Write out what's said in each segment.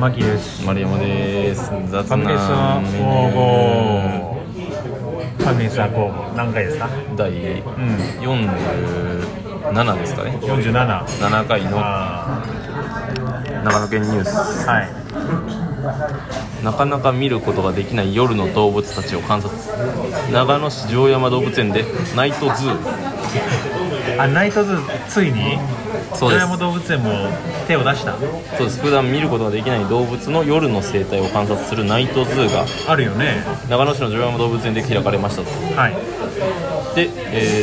マキです。丸山です。雑ファミレスはメ午後。ファミレスは午後。何回ですか。ニュー第うん。 47ですかね。四十七。 7回のあ長野県ニュース。あ。はい。なかなか見ることができない夜の動物たちを観察。長野市城山動物園でナイトズー。あ、ナイトズーついに。そうです城山動物園も手を出した。そうです。普段見ることができない動物の夜の生態を観察するナイトズーがあるよね。長野市の城山動物園で開かれましたと。はい。で、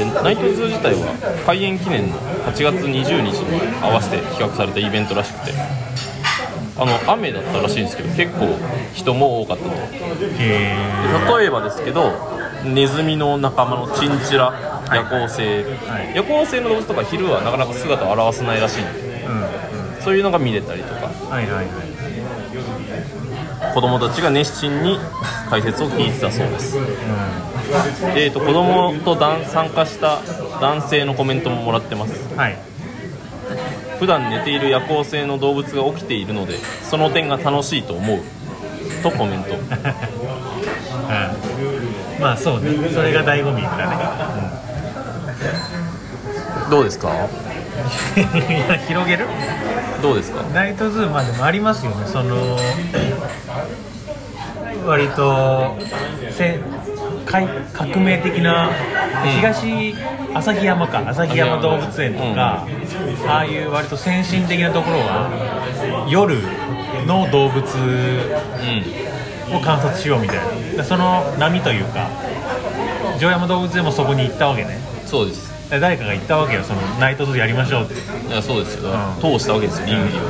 えーナイトズー自体は開園記念の8月20日に合わせて企画されたイベントらしくてあの雨だったらしいんですけど結構人も多かったとえで例えばですけどネズミの仲間のチンチラ夜行性、はい夜行性の動物とか昼はなかなか姿を現さないらしいんでー。うん。うんそういうのが見れたりとかはいはいはい。子供たちが熱心に解説を聞いてたそうですうで、えーと子供とだん参加した男性のコメントももらってますん。はい。普段寝ている夜行性の動物が起きているのでその点が楽しいと思うとコメントうん。まあ、そうね。それが醍醐味だね。どうです かいや広げる。どうですかナイトズーまあでもありますよねその割とせかい革命的なうん東旭山か旭山動物園とか、ああいう割と先進的なところは夜の動物うを観察しようみたいなでその波というか城山動物園もそこに行ったわけねんそうですで誰かが行ったわけよそのナイトズーやりましょうって いやそうですよ、うん通したわけですよ倫理を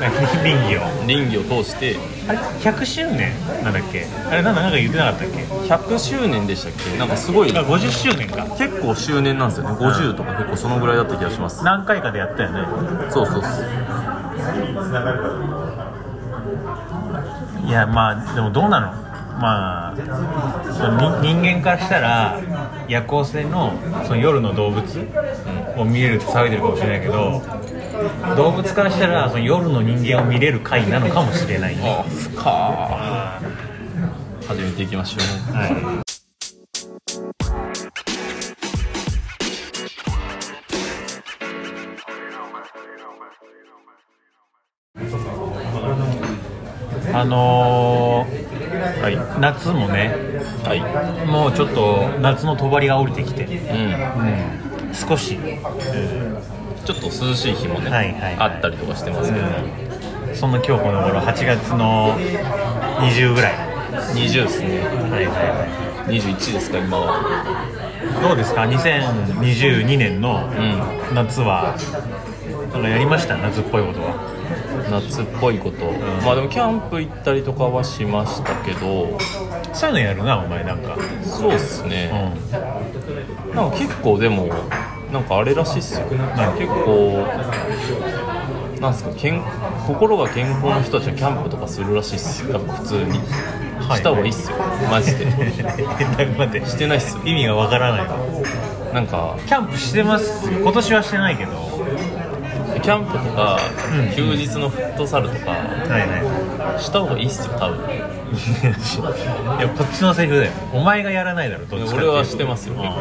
倫理を倫理を通してあれ100周年なんだっけあれなんだなんか言ってなかったっけ100周年でしたっけなんかすごいあ50周年か結構周年なんですよね50とか結構そのぐらいだった気がします何回かでやったよねそうそうそういやまあでもどうなのまあその人人間からしたら夜行性のその夜の動物を見れるって騒いでるかもしれないけど動物からしたらその夜の人間を見れる回なのかもしれないね、ああ深始めていきましょうはあのはいー、夏もねはもうちょっと夏の帳が降りてきて、いうん少し、ちょっと涼しい日もね、はいはいはいあったりとかしてますけど、ねそんな今日この頃8月の20ぐらい、 20ですねはいは21ですか今はいはい、どうですか2022年のうん夏はなんかやりました夏っぽいことは夏っぽいこと、まあでもキャンプ行ったりとかはしましたけどそういうのやるなお前なんかそうっすうね、ん なんか結構でもなんかあれらしいっすよ何結構なんすか健心が健康な人たちはキャンプとかするらしいっすよやっぱ普通に、はいした方がいいっすよマジで 待ってしてないっすよ意味がわからないわなんかキャンプしてます今年はしてないけどはキャンプとか、うん休日のフットサルといか はした方がいいっすよ多分いいやこっちのセリフだよお前がやらないだろどっちかっていうと俺はしてますようん結なん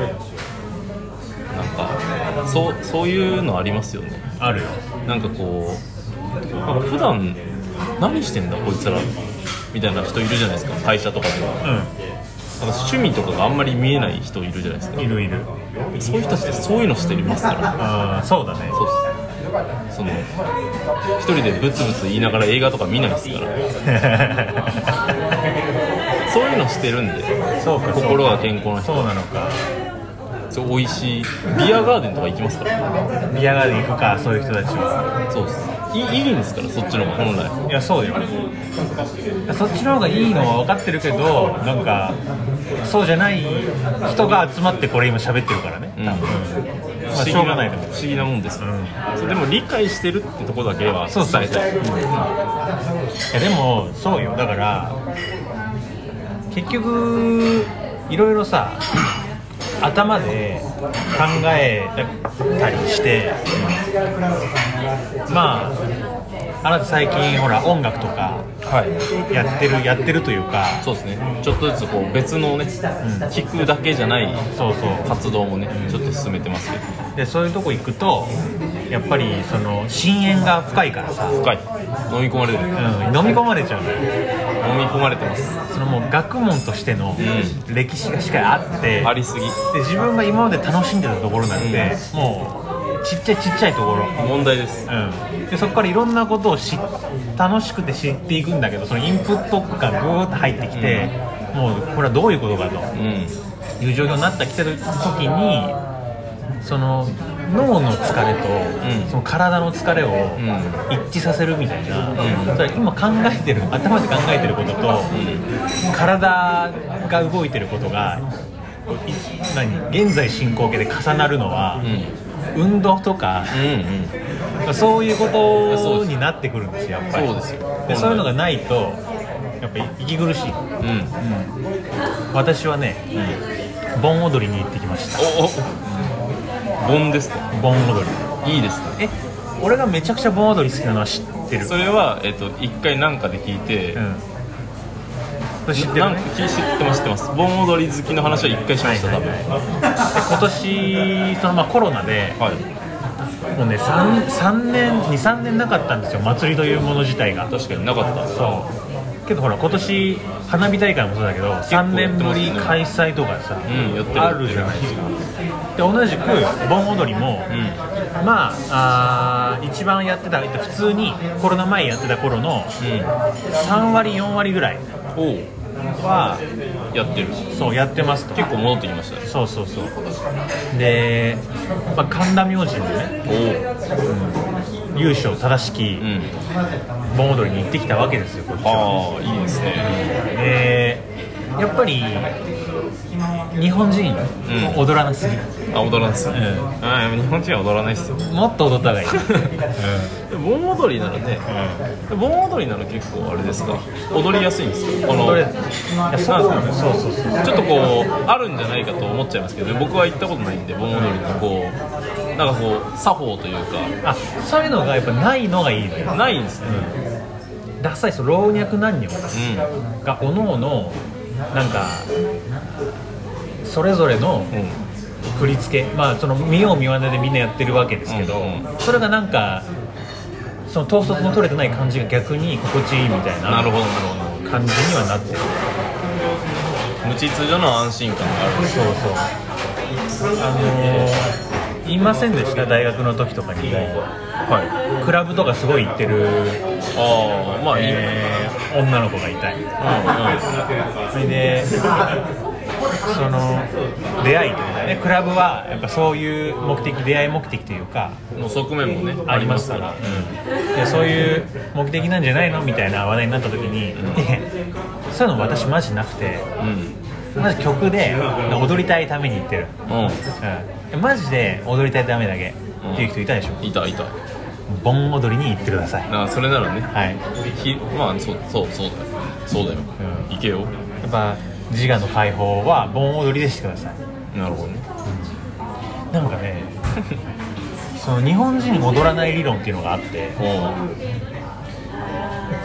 かそうそういうのありますよねあるよなんかこうなんか普段何してんだこいつらみたいな人いるじゃないですか会社とかではうなんか趣味とかがあんまり見えない人いるじゃないですかんいるいるそういう人たちってそういうのしてますからああそうだね そうっすその一人でブツブツ言いながら映画とか見ないですからそういうのしてるんでそうかそうか心が健康な人そうなのかそう美味しいビアガーデンとか行きますからビアガーデン行くかそういう人たちはそうっすいいいいんですからそっちの方が本来いやそうよそっちの方がいいのは分かってるけどなんかそうじゃない人が集まってこれ今喋ってるからね、うんまあ不思議しょうがないと不思う思議なもんです、んそうでも理解してるってとこだけはそうそう伝えたいいやでもそうよだから結局いろいろさ頭で考えたりしてまああなた最近ほら音楽とかはいやってるやってるというかそうですねちょっとずつこう別のね、聞くだけじゃないそうそう活動もねちょっと進めてますけどでそういうとこ行くとやっぱりその深淵が深いからさ、うん、飲深い飲み込まれる飲み込まれちゃうのよみ込まれてますそのもう学問としてのう歴史がしっかりあって、ありすぎで自分が今まで楽しんでたところなんて、もうちっちゃいちっちゃいところ、問題ですうん、でそこからいろんなことを知っ楽しくて知っていくんだけどそのインプットがぐーっと入ってきて、もうこれはどういうことかとうんいう状況になってきてる時にその脳の疲れと、うんその体の疲れをうん一致させるみたいな、それ今考えてる頭で考えてることと、体が動いてることがい何現在進行形で重なるのはうん、運動とかうんうんそういうこそうとですになってくるんですよ、やっぱり。そうですよでそういうのがないと、やっぱり息苦しい。うん私はね、盆踊りに行ってきました。おお盆ですか盆踊り。いいですえ、ね俺がめちゃくちゃ盆踊り好きなのは知ってる。それは、えっと一回なんかで聞いて、うん。それ知ってなるんねか。知ってます知ってます盆踊り好きの話は一回しました、はいはいで今年そのまあコロナで多分はいもうね 3, 三年23年なかったんですよ祭りというもの自体が確かになかったそうけどほら今年花火大会もそうだけど3年ぶり開催とかさ、うんやってるあるじゃないですかで同じく盆踊りも、まああー一番やってた普通にコロナ前やってた頃の3割4割ぐらいうんうんはおやってるそうやってますと結構戻ってきましたねそうそうそうで、まあ、神田明神でねおお優勝正しきうん盆踊りに行ってきたわけですよこっちはああいいですねでやっぱり日本人うん踊らなすぎ、あ踊らないっすね、うあー日本人は踊らないっすよもっと踊った方 がいい、盆踊りならね盆踊りなら結構あれですか踊りやすいんですよこの踊れいやそうなんですよそうそうそうちょっとこうあるんじゃないかと思っちゃいますけど僕は行ったことないんで盆踊りのこうなんかこう作法というあそういうのがやっぱないのがいいのよかないんですねダサいそう老若男女うがおのおのなんかそれぞれのん、うん振り付けまあその見よう見まねでみんなやってるわけですけど、うんそれがなんかその統率の取れてない感じが逆に心地いいみたいなるなほどなるほ感じにはなってるど無秩序の安心感があるそうそうあのー、いませんでした大学の時とかにはいクラブとかすごい行ってる、ああまあいい、えー女の子がいたいそれでその出会いというかねクラブはやっぱそういう目的出会い目的というかうんうんの側面もねありますから、でそういう目的なんじゃないのみたいな話題になった時に、いやそういうの私マジなくてうんまず曲で踊りたいために行ってるううん、マジで踊りたいためだけっていう人いたでしょ、んいたいた盆踊りに行ってくださいなそれならねはいひまあそうそうそうだよそうだよ、うん行けよやっぱ自我の解放は盆踊りでしてくださいなるほどねなんかね その日本人踊らない理論っていうのがあってお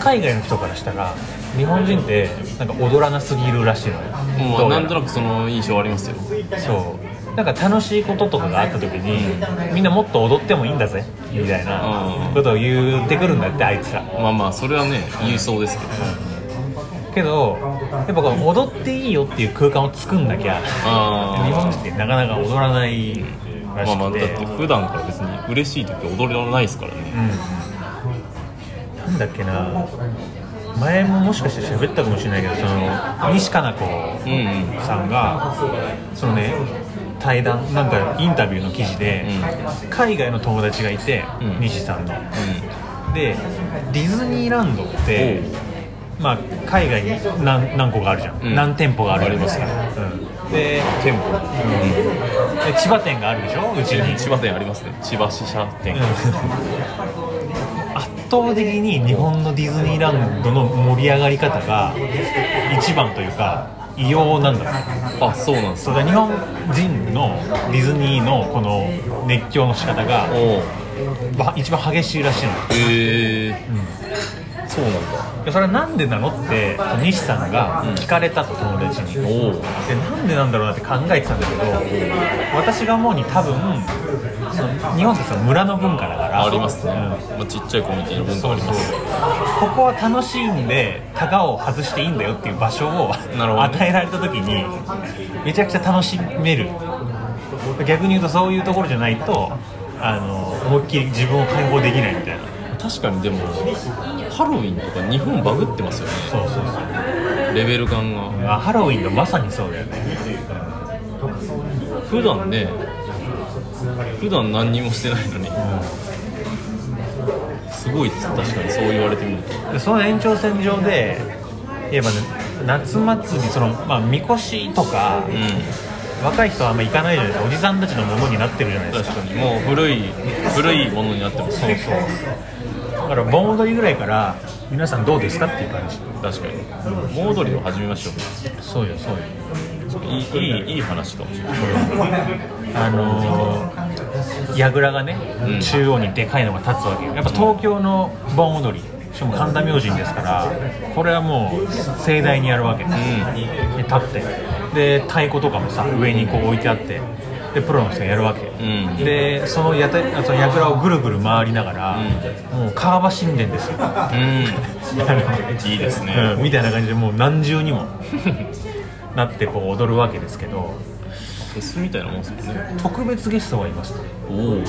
海外の人からしたら日本人ってなんか踊らなすぎるらしいのようもどううなやんとらなくその印象ありますよそうなんか楽しいこととかがあった時にみんなもっと踊ってもいいんだぜみたいなうんことを言ってくるんだってあいつらまあまあそれはね言いそうですけけどどやっぱこの踊っていいよっていう空間を作んなきゃあー日本人ってなかなか踊らないらまあしまあく、だってて普段から別に嬉しい時踊りはないですからねうん、なんだっけな前ももしかして喋ったかもしれないけどその西加奈う子んうんさんがそのね対談なんかインタビューの記事で、海外の友達がいて、うん西さんのでディズニーランドって、うんまあ、海外に何何個があるじゃん、うん何店舗があるじゃんありますねうん、で店舗、で千葉店があるでしょうちに、千葉店ありますね千葉支社店、うん圧倒的に日本のディズニーランドの盛り上がり方が一番というか異様なんだあそうなんですそうだ日本人のディズニーのこの熱狂の仕方がおうば一番激しいらしいのへえそうなんだいやそれはなんでなのって西さんが聞かれたと友達に、おおでなんでなんだろうなって考えてたんだけど私が思うに多分その日本ってその村の文化だからありますね、うんまあ、ちっちゃいコミュニティの文化そあうりそうますここは楽しいんでタガを外していいんだよっていう場所をなるほどね与えられた時にめちゃくちゃ楽しめる逆に言うとそういうところじゃないとあの思いっきり自分を解放できないみたいな確かにでもハロウィンとか日本バグってますよねそうそうそうレベル感があハロウィンがまさにそうだよね普段ね普段何にもしてないのにすごいです確かにそう言われてみるとでその延長線上で言えばね夏祭りそのまあみこしとかう若い人はあんま行かないじゃないですかおじさんたちのものになってるじゃないでんすか確かにもう古い古いものになってますそうそうだから盆踊りぐらいから皆さんどうですかっていう感じ確かに盆踊りを始めましょうそうよそうよいいいいいい話かもしれないあのー、櫓がね、ん中央にでかいのが立つわけよやっぱ東京の盆踊りしかも神田明神ですからこれはもう盛大にやるわけ、で立ってで太鼓とかもさ上にこう置いてあってでプロの人がやるわけ、んでそのやたあその櫓をぐるぐる回りながら、もう川場神殿ですようんいいですね、 うんみたいな感じでもう何重にもなってこう踊るわけですけどフェスみたいなもんですよね特別ゲストがいますとおおね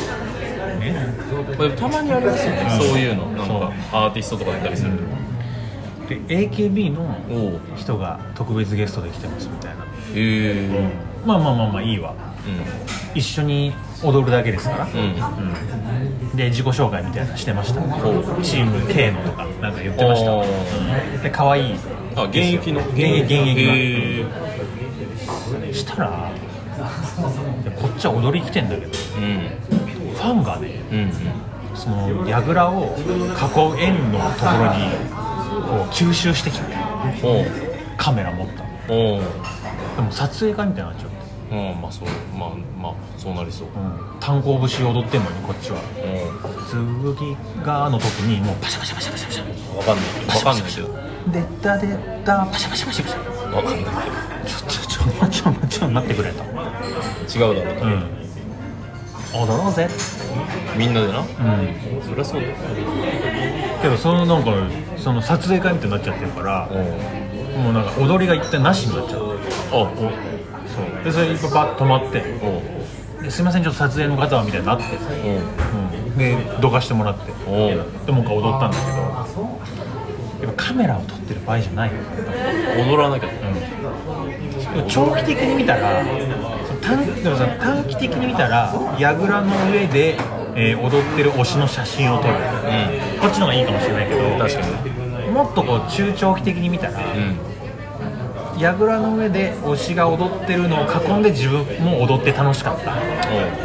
まあたまにありますよね、うんそういうのなんそうかアーティストとか出たりする、で AKB のおお人が特別ゲストで来てますみたいなへえまあまあまあまあいいわ一緒に踊るだけですから、うんうんうんで自己紹介みたいなのしてましたおチーム K のとかなんか言ってましたおうんで可愛いあ現役の現役現役のへえしたらでこっちは踊り来てんだけどうんファンがねうんその櫓を囲う円のところにこう吸収してきてカメラ持ったのおおでも撮影会みたいになっちゃう、うんまあそうまあまあそうなりそううん、炭鉱節踊ってんのにこっちはう「剣が」の時にもうパシャパシャパシャパシャパシャんわかんないけどわかんないけどでったでったパシャパシャパシャパシャわかんないちょちょちょ待ちょ待ちょ待ってくれとうけど違うだろうなん踊ろうぜみんなでなうんそりゃそうだよけどそのなんかその撮影会みたいになっちゃってるからおもうなんか踊りが一体なしになっちゃうおあそうでそれでバッと止まっておおですいませんちょっと撮影の方はみたいになって、うん、でどかしてもらっておうでもう一回踊ったんだけどやっぱカメラを撮ってる場合じゃないよ、踊らなきゃうん、長期的に見たらその短でもさ短期的に見たら櫓の上で、えー踊ってる推しの写真を撮る、こっちの方がいいかもしれないけど確かにもっとこう中長期的に見たらうん櫓の上で推しが踊ってるのを囲んで自分も踊って楽しかったお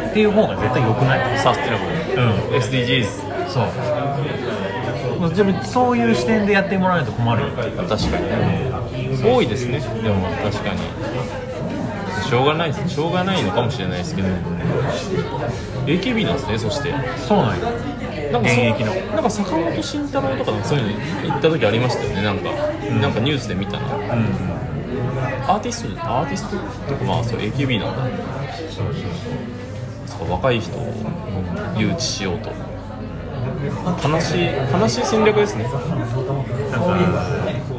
っていう方が絶対良くないサステナブルうん SDGs そうでもそういう視点でやってもらわないと困るよ確かにね多いですねでも確かにしょうがないですしょうがないのかもしれないですけど AKB なんですねそしてそうなんよなんか現そう役のなんか坂本慎太郎とかなんかそういうの行った時ありましたよねなんか、なんかニュースで見たな、アーティストアーティストとかまあそう AKB なんだそう若い人を誘致しようと悲しい悲しい戦略ですねなんか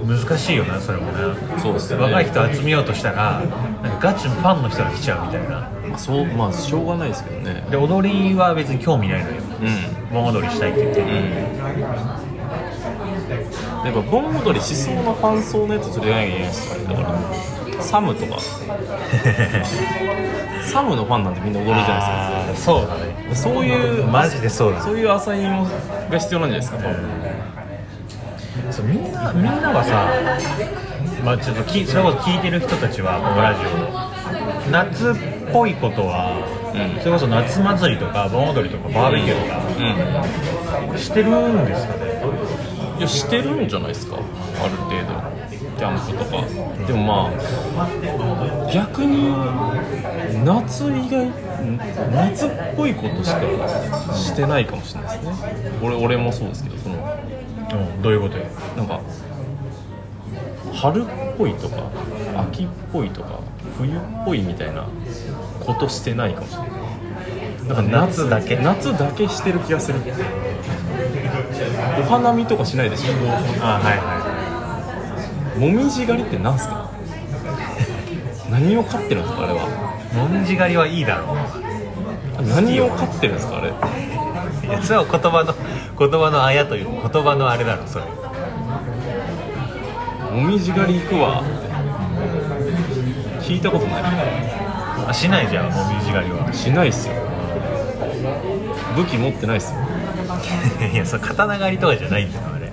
難しいよなそれもねそうですね若い人集めようとしたらなんかガチのファンの人が来ちゃうみたいなまあそうまあしょうがないですけどねで踊りは別に興味ないのようん盆踊りしたいって言ってうんやっぱ盆踊りしそうなファン層のやつ連れなきゃいけないですからねだからサムとかサムのファンなんてみんな踊るじゃないですかあーそうだねそういうマジでそうだそういうアサインもが必要なんじゃないですか、多分そうみんなみんながさ、まあ、ちょっときそれこそ聞いてる人たちはこのラジオ夏っぽいことは、うんそれこそ夏祭りとか盆踊りとかバーベキューとかしてるんですかね、うん、いやしてるんじゃないですかある程度キャンプとかでもまあ逆に言う夏以外夏っぽいことしかしてないかもしれないですね俺俺もそうですけどそのうん、どういうことやなんか春っぽいとか秋っぽいとか冬っぽいみたいなことしてないかもしれないなんか夏だけ夏だけしてる気がするお花見とかしないでしょあはいはもみじ狩りってなんすか 何を飼ってるんですかあれはいもみじ狩りはいいだろ何を飼ってるんですかあれういやそれは言葉の言葉のあやという言葉のあれだろそれもみじ狩り行くわ聞いたことないあしないじゃんもみじ狩りは しないっすよ武器持ってないっすよいやそれ刀狩りとかじゃないんだよあれ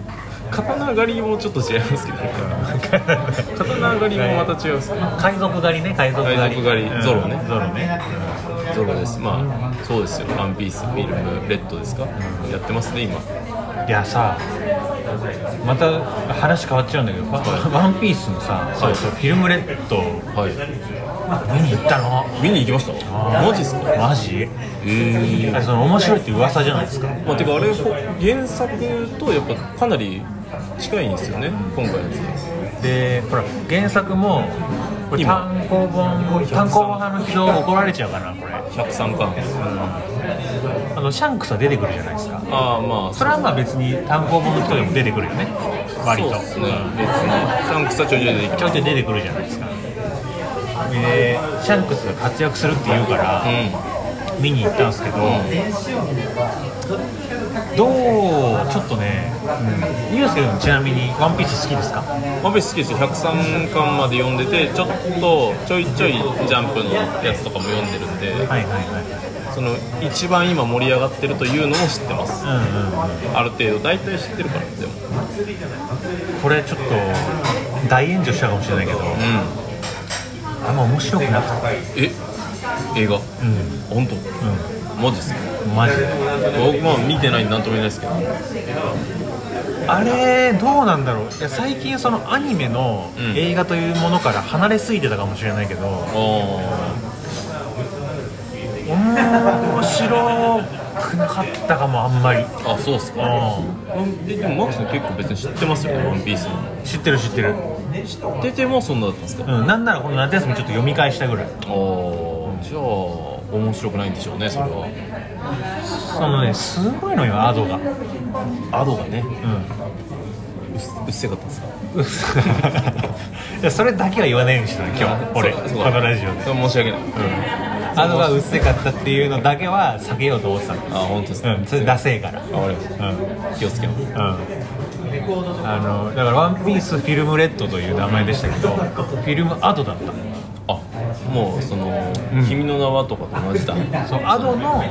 刀狩りもちょっと違いますけど刀狩りもまた違いますけど海賊狩りね海賊狩り海賊狩りゾロねゾロねゾロですまあそうですよワンピースフィルムレッドですかやってますね今いやさまた話変わっちゃうんだけど「ワンワンピースのさ、そうそうフィルムレッドはい見に行ったの見に行きましたマジっすかマジええあその面白いって噂じゃないですかまあてかあれほ原作とやっぱかなり近いんですよね今回のやつでほら原作もこれ今単行本単行本派の人怒られちゃうかなこれ103巻あのシャンクスは出てくるじゃないですかああまあそれはまあ別に単行本の人でも出てくるよね割とそうですね別にサンクスはちょいちょい出てきちょいちょい出てくるじゃないですかでシャンクスが活躍するって言うから、う見に行ったんですけど、どうちょっとね、ユースケ君ちなみに「ワンピース好きですかん、ワンピース好きですよ103巻まで読んでてちょっとちょいちょいジャンプのやつとかも読んでるんではいはいはいその一番今盛り上がってるというのも知ってますうんうんうんある程度大体知ってるからでもこれちょっと大炎上したかもしれないけどうんあんま面白くなかったえ映画うん本当マジっすかうんマジで僕まあ見てないんで何とも言えないですけどあれどうなんだろういや最近そのアニメのうん映画というものから離れすぎてたかもしれないけど、あ面白くなかったかもあんまりーあそうっすかえでもマックスも結構別に知ってますよね「ワンピースの知ってる知ってる知っててもそんなだったんですかうんなんならこの夏休みちょっと読み返したぐらいああじゃあ面白くないんでしょうねそれはそのねすごいのよアドが アドがねううっうっせかったんですかんいやそれだけは言わないようにしてた今日俺こそうそうのラジオでそれ申し訳ない、アドがうっせかったっていうのだけは避けようと思ってたのあ本当ですか、うんそれダセえからあわかりましうんうんた気をつけますあのだから「ワンピースフィルムレッド」という名前でしたけどフィルムアドだったあもうその、君の名はとかと同じだそうアドの、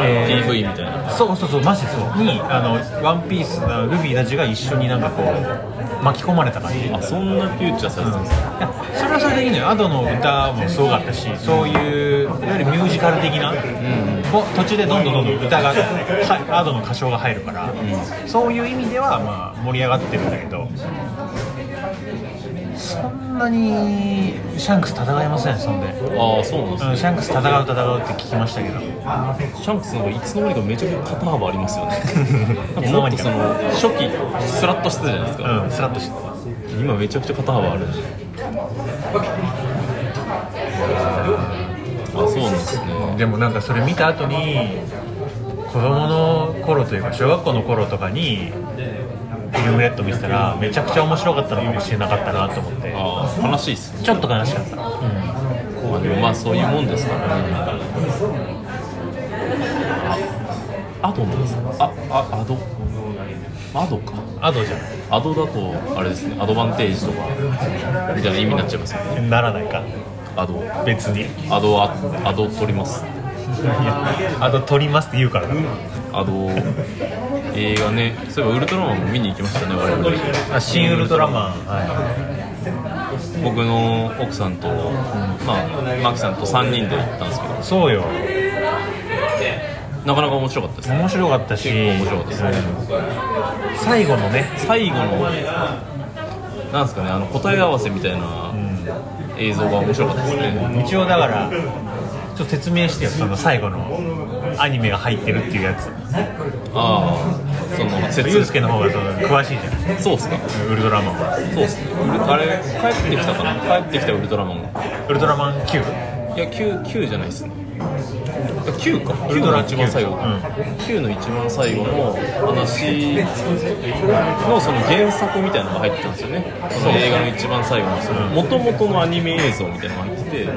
え PV みたいなーそうそうそうマジでそうにあのワンピースのルビーたちが一緒になんかこう巻き込まれた感じあそんなフューチャーされてたんですかいやそれはそれでいいのよアドの歌もすごかったしそういういわゆるミュージカル的な、もう途中でどんどんどんどん歌がはアドの歌唱が入るから、そういう意味ではまあ盛り上がってるんだけどそんなにシャンクス戦いませんそんで、ああそうなんですうねん、シャンクス戦う戦うって聞きましたけどシャンクスなんかいつの間にかめちゃくちゃ肩幅ありますよ ねなんかもっとその初期スラッとしてたじゃないですか、うんスラッとしてた今めちゃくちゃ肩幅あるんであそうなんですねでもなんかそれ見た後に子供の頃というか小学校の頃とかにフィルムレッド見てたらめちゃくちゃ面白かったのかもしれなかったなと思ってああ悲しいっすねちょっと悲しかった、うんまあでもまあそういうもんですからねあアドなんですかああアドアドかアドじゃなアドだとあれですねアドバンテージとかみたいな意味になっちゃいますよねいならないかアド別にいアドアアド取りますやアド取りますって言うからだアド映画ねそういえばウルトラマンも見に行きましたね我々あ新ウルトラマン、は僕の奥さんと、まあマキさんと3人で行ったんですけどい、そうよなかなか面白かったですね面白かったし結構面白かったでうん最後のね最後のなんですかねあの答え合わせみたいな映像が面白かったですね一応だからちょっと説明してよその最後のアニメが入ってるっていうやつああそのユ説うスケの方がその詳しいじゃそうっすかんウルトラマンはそうっすねウルあれ帰ってきたかな帰ってきたウルトラマンがウルトラマン Q いや 9, 9じゃないですねいや9かウル9トのラ一番最後、うん9の一番最後の話のその原作みたいなのが入ってたんですよねその映画の一番最後のその元々のアニメ映像みたいなのが入ってて、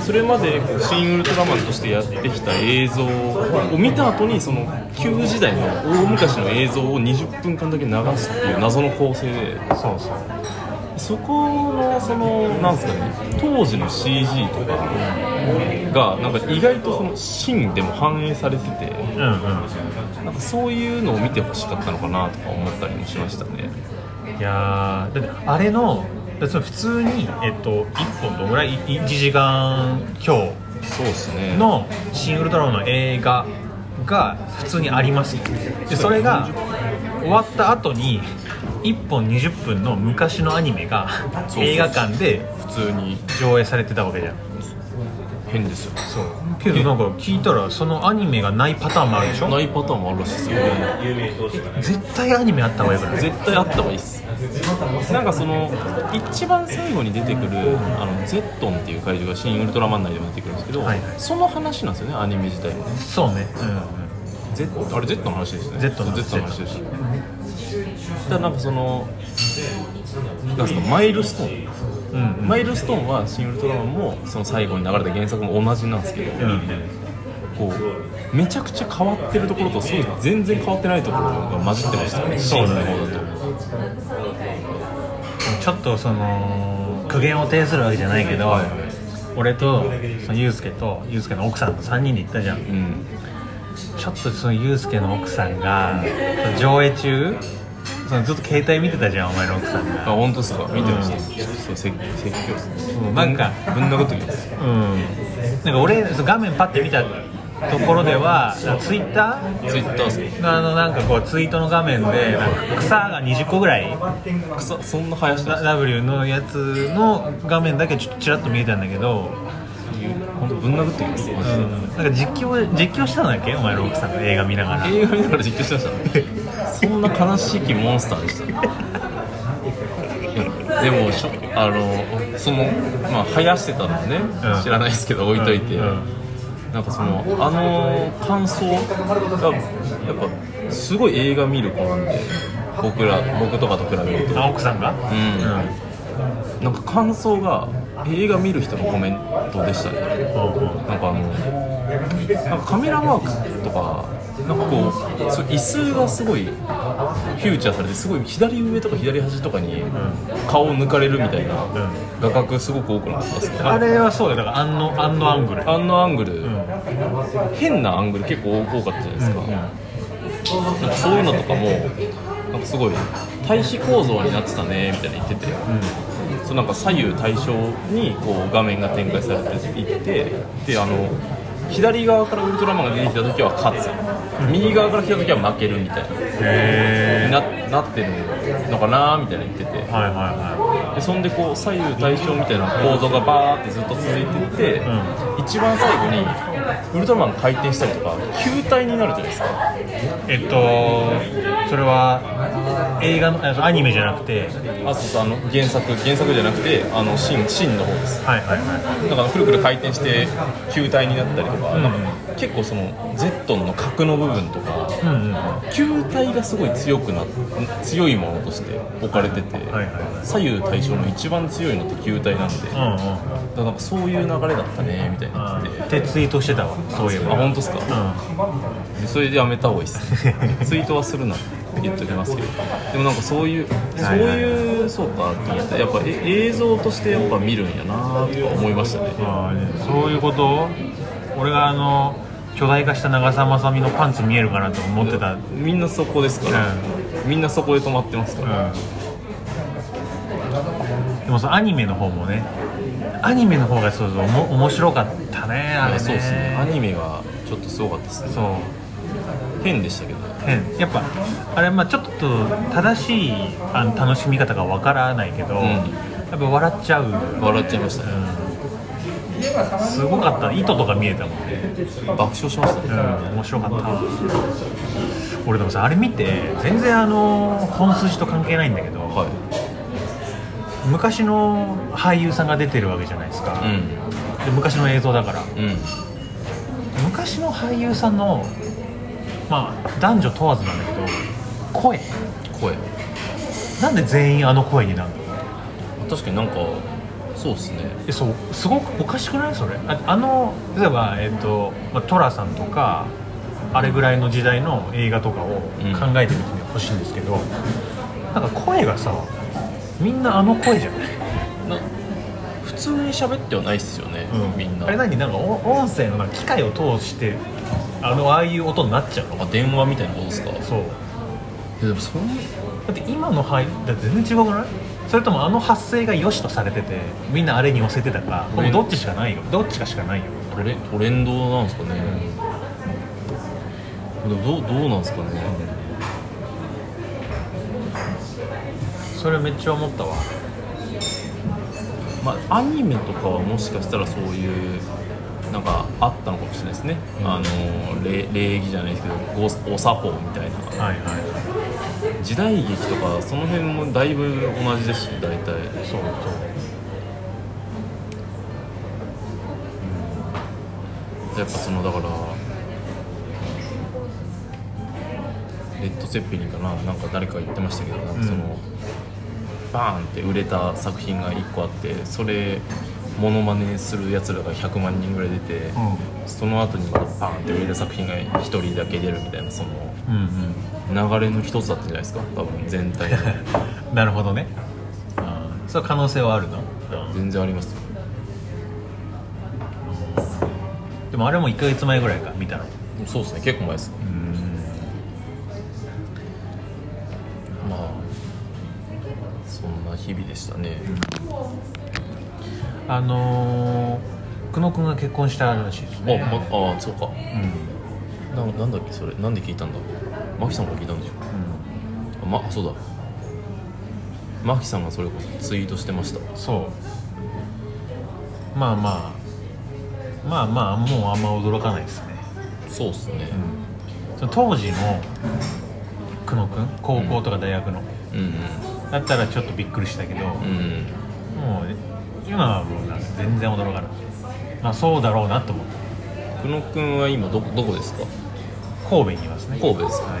それまでこう新ウルトラマンとしてやってきた映像を見た後にその旧時代の大昔の映像を20分間だけ流すっていう謎の構成でそうそうそこのそのなんですかね当時の CG とかがなんか意外とそのシーンでも反映されててうんなんかそういうのを見てほしかったのかなとか思ったりもしましたねうんいやーだってあれのだってその普通に、えっと、1本どんぐらい1時間強そうですねの「新ウルトラマン」の映画が普通にありますでそれが終わった後に1本20分の昔のアニメがそう映画館で普通に上映されてたわけじゃん変ですよそうけどなんか聞いたらそのアニメがないパターンもあるでしょないパターンもあるらしいですよね絶対アニメあった方がよくない絶対あった方がいいっすなんかその一番最後に出てくるあのゼットンっていう怪獣が「新ウルトラマン」内でも出てくるんですけど、はいはいその話なんですよねアニメ自体もそうねうんうんゼあれ Z の話ですね Z の話 Z の話でしたただなんかそのなんすかマイルストーン、マイルストーンは「新ウルトラマン」もその最後に流れた原作も同じなんですけど、うんこうめちゃくちゃ変わってるところとそういう全然変わってないところが混じってましたよねシーンの方だとちょっとその苦言を呈するわけじゃないけど、俺とそのユうスケとユうスケの奥さんと3人で行ったじゃんうんちょっとそのユうスケの奥さんが上映中そのずっと携帯見てたじゃんお前の奥さんあが本当ですか見てました、ちょっとそう説説教ですねなんかぶん殴っときますうんなんか俺そう画面パッて見たところではツイッターツイッターっすかあのなんかこうツイートの画面でなんか草が20個ぐらい草そんな生やしてまラした W のやつの画面だけちょっとちらっと見えたんだけど、本当ぶん殴っときますマジで、なんか実況実況したんだっけお前の奥さんの映画見ながら映画見ながら実況してましたそんな悲しきモンスターでしたでもしょあのそのまあ生やしてたのね、うん知らないですけど置いといて、うんなんかそのあの感想がやっぱすごい映画見る子なんで僕ら僕とかと比べるとあ奥さんがんなんか感想が映画見る人のコメントでしたねうんうんなんかあのなんかカメラワークとかなんかこうそう椅子がすごいフューチャーされてすごい左上とか左端とかに顔を抜かれるみたいな画角すごく多くなってますけどあれはそうよだからあのあのアングルあのアングル、ん変なアングル結構多かったじゃないですか,、なんかそういうのとかもなんかすごい対比構造になってたねみたいな言ってて、そうなんか左右対称にこう画面が展開されていってであの左側からウルトラマンが出てきた時は勝つ右側から来た時は負けるみたいへなにななってるのかなみたいな言っててえはいはいはでそんでこう左右対称みたいな構造がバーってずっと続いていって、う一番最後にウルトラマンが回転したりとか球体になるじゃないですかいえっとそれは映画のあアニメじゃなくてあそうそうあの原作原作じゃなくてあのシンシンの方ですはいはいはだからくるくる回転して球体になったりとか,、んなんか結構そのゼットンの角の部分とかいうんうんは球体がすごい強くな強いものとして置かれてて、いはいはい左右対称の一番強いのって球体なんで、だからなんかそういう流れだったねみたいになってうんうんて。ってツイートしてたわそういえばあ本当ですか、うそれでやめた方がいいです ツイートはするなって言っときますけどでもなんかそういうそうはいはいいうそうかと思ってやっぱえ映像としてやっぱ見るんやなとか思いましたねんあーねそういうこと俺があの巨大化した長澤まさみのパンツ見えるかなと思ってた、うん、みんなそこですから、みんなそこで止まってますから、でもそのアニメの方もねアニメの方がそうそうおも面白かったねあれねそうですねアニメがちょっとすごかったですねそう変でしたけど変やっぱあれまあちょっと正しいあの楽しみ方がわからないけど、んやっぱ笑っちゃう、うん、笑っちゃいましたね、すごかった糸とか見えたもんね、爆笑しましたうねん、面白かった俺でもさあれ見て全然あの本筋と関係ないんだけど、はい昔の俳優さんが出てるわけじゃないですか、うで昔の映像だからんうん昔の俳優さんのまあ男女問わずなんだけど声声なんで全員あの声になるの確かになんかそうっすねえそうすごくおかしくないそれああの例えば、えっとまあ、トラさんとかあれぐらいの時代の映画とかを考えてみてほしいんですけど、なんか声がさみんなあの声じゃない、な普通に喋ってはないっすよね、みんなあれ何なんかお音声のなんか機械を通してあのああいう音になっちゃうのあ電話みたいなことですかいそうやでもそんなだって今の俳優だって全然違くないそれともあの発声が良しとされててみんなあれに寄せてたか俺もうどっちしかないよどっちかしかないよトレトレンドなんですかね、でもどうどうなんですかね、それめっちゃ思ったわまあ、アニメとかはもしかしたらそういうなんかあったのかもしれないですね、うんあの礼礼儀じゃないですけどごお作法みたいなはいはい時代劇とかその辺もだいぶ同じですし大体そうそうやっぱそのだからレッド・セッペリンかななんか誰かが言ってましたけどなんかそうの、んバーンって売れた作品が1個あってそれモノマネするやつらが100万人ぐらい出て、その後にまたバーンって売れた作品が1人だけ出るみたいなそのうん流れの一つだったんじゃないですか多分全体 のうんなるほどねあーそれは可能性はあるの、全然ありますよでもあれも1ヶ月前ぐらいか見たのそうですね結構前ですうんまあそんな日々でしたね、あのー、久野君が結婚したらしいですねあ、ま、あそうかうんうんななんだっけそれなんで聞いたんだマキさんが聞いたんでしょあまあそうだマキさんがそれこそツイートしてましたそうまあまあまあまあもうあんま驚かないですね、そうっすねその当時の久野君高校とか大学の、うんうんだったらちょっとびっくりしたけど、うんうもんう今はもうなんか全然驚かないまあそうだろうなと思って久野くんは今どこどこですか神戸にいますね神戸ですかはい、